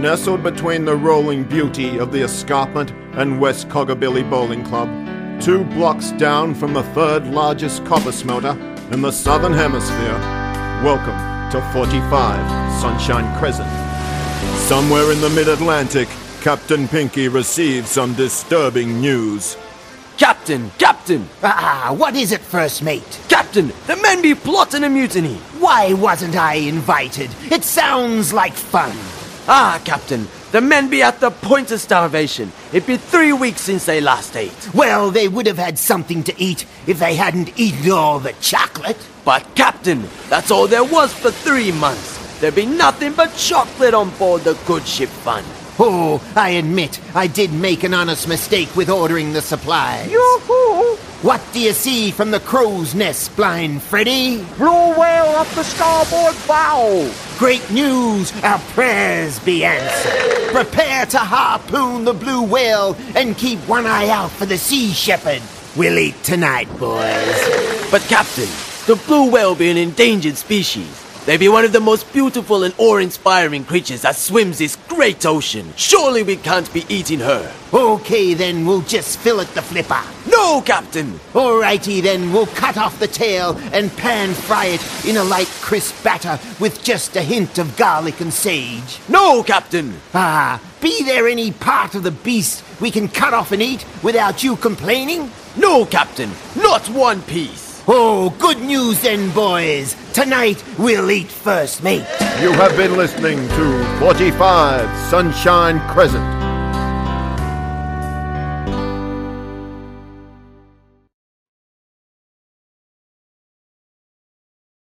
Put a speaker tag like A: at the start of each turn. A: Nestled between the rolling beauty of the escarpment and West Coggabilly Bowling Club, two blocks down from the third largest copper smelter in the Southern Hemisphere, welcome to 45 Sunshine Crescent. Somewhere in the mid Atlantic, Captain Pinky receives some disturbing news.
B: Captain, Captain,
C: Ah, what is it, first mate?
B: Captain, the men be plotting a mutiny.
C: Why wasn't I invited? It sounds like fun.
B: Ah, Captain, the men be at the point of starvation. It be three weeks since they last ate.
C: Well, they would have had something to eat if they hadn't eaten all the chocolate.
B: But, Captain, that's all there was for three months. There be nothing but chocolate on board the good ship Fun.
C: Oh, I admit, I did make an honest mistake with ordering the supplies.
D: Yoo-hoo!
C: What do you see from the crow's nest, Blind Freddy?
D: Blue whale up the starboard bow!
C: Great news! Our prayers be answered. Prepare to harpoon the blue whale and keep one eye out for the sea shepherd. We'll eat tonight, boys.
B: But, Captain, the blue whale be an endangered species. They be one of the most beautiful and awe-inspiring creatures that swims this great ocean. Surely we can't be eating her.
C: Okay, then we'll just fillet the flipper.
B: No, Captain!
C: Alrighty then, we'll cut off the tail and pan fry it in a light crisp batter with just a hint of garlic and sage.
B: No, Captain!
C: Ah, be there any part of the beast we can cut off and eat without you complaining?
B: No, Captain! Not one piece!
C: Oh, good news then, boys. Tonight we'll eat first mate.
A: You have been listening to 45 Sunshine Crescent.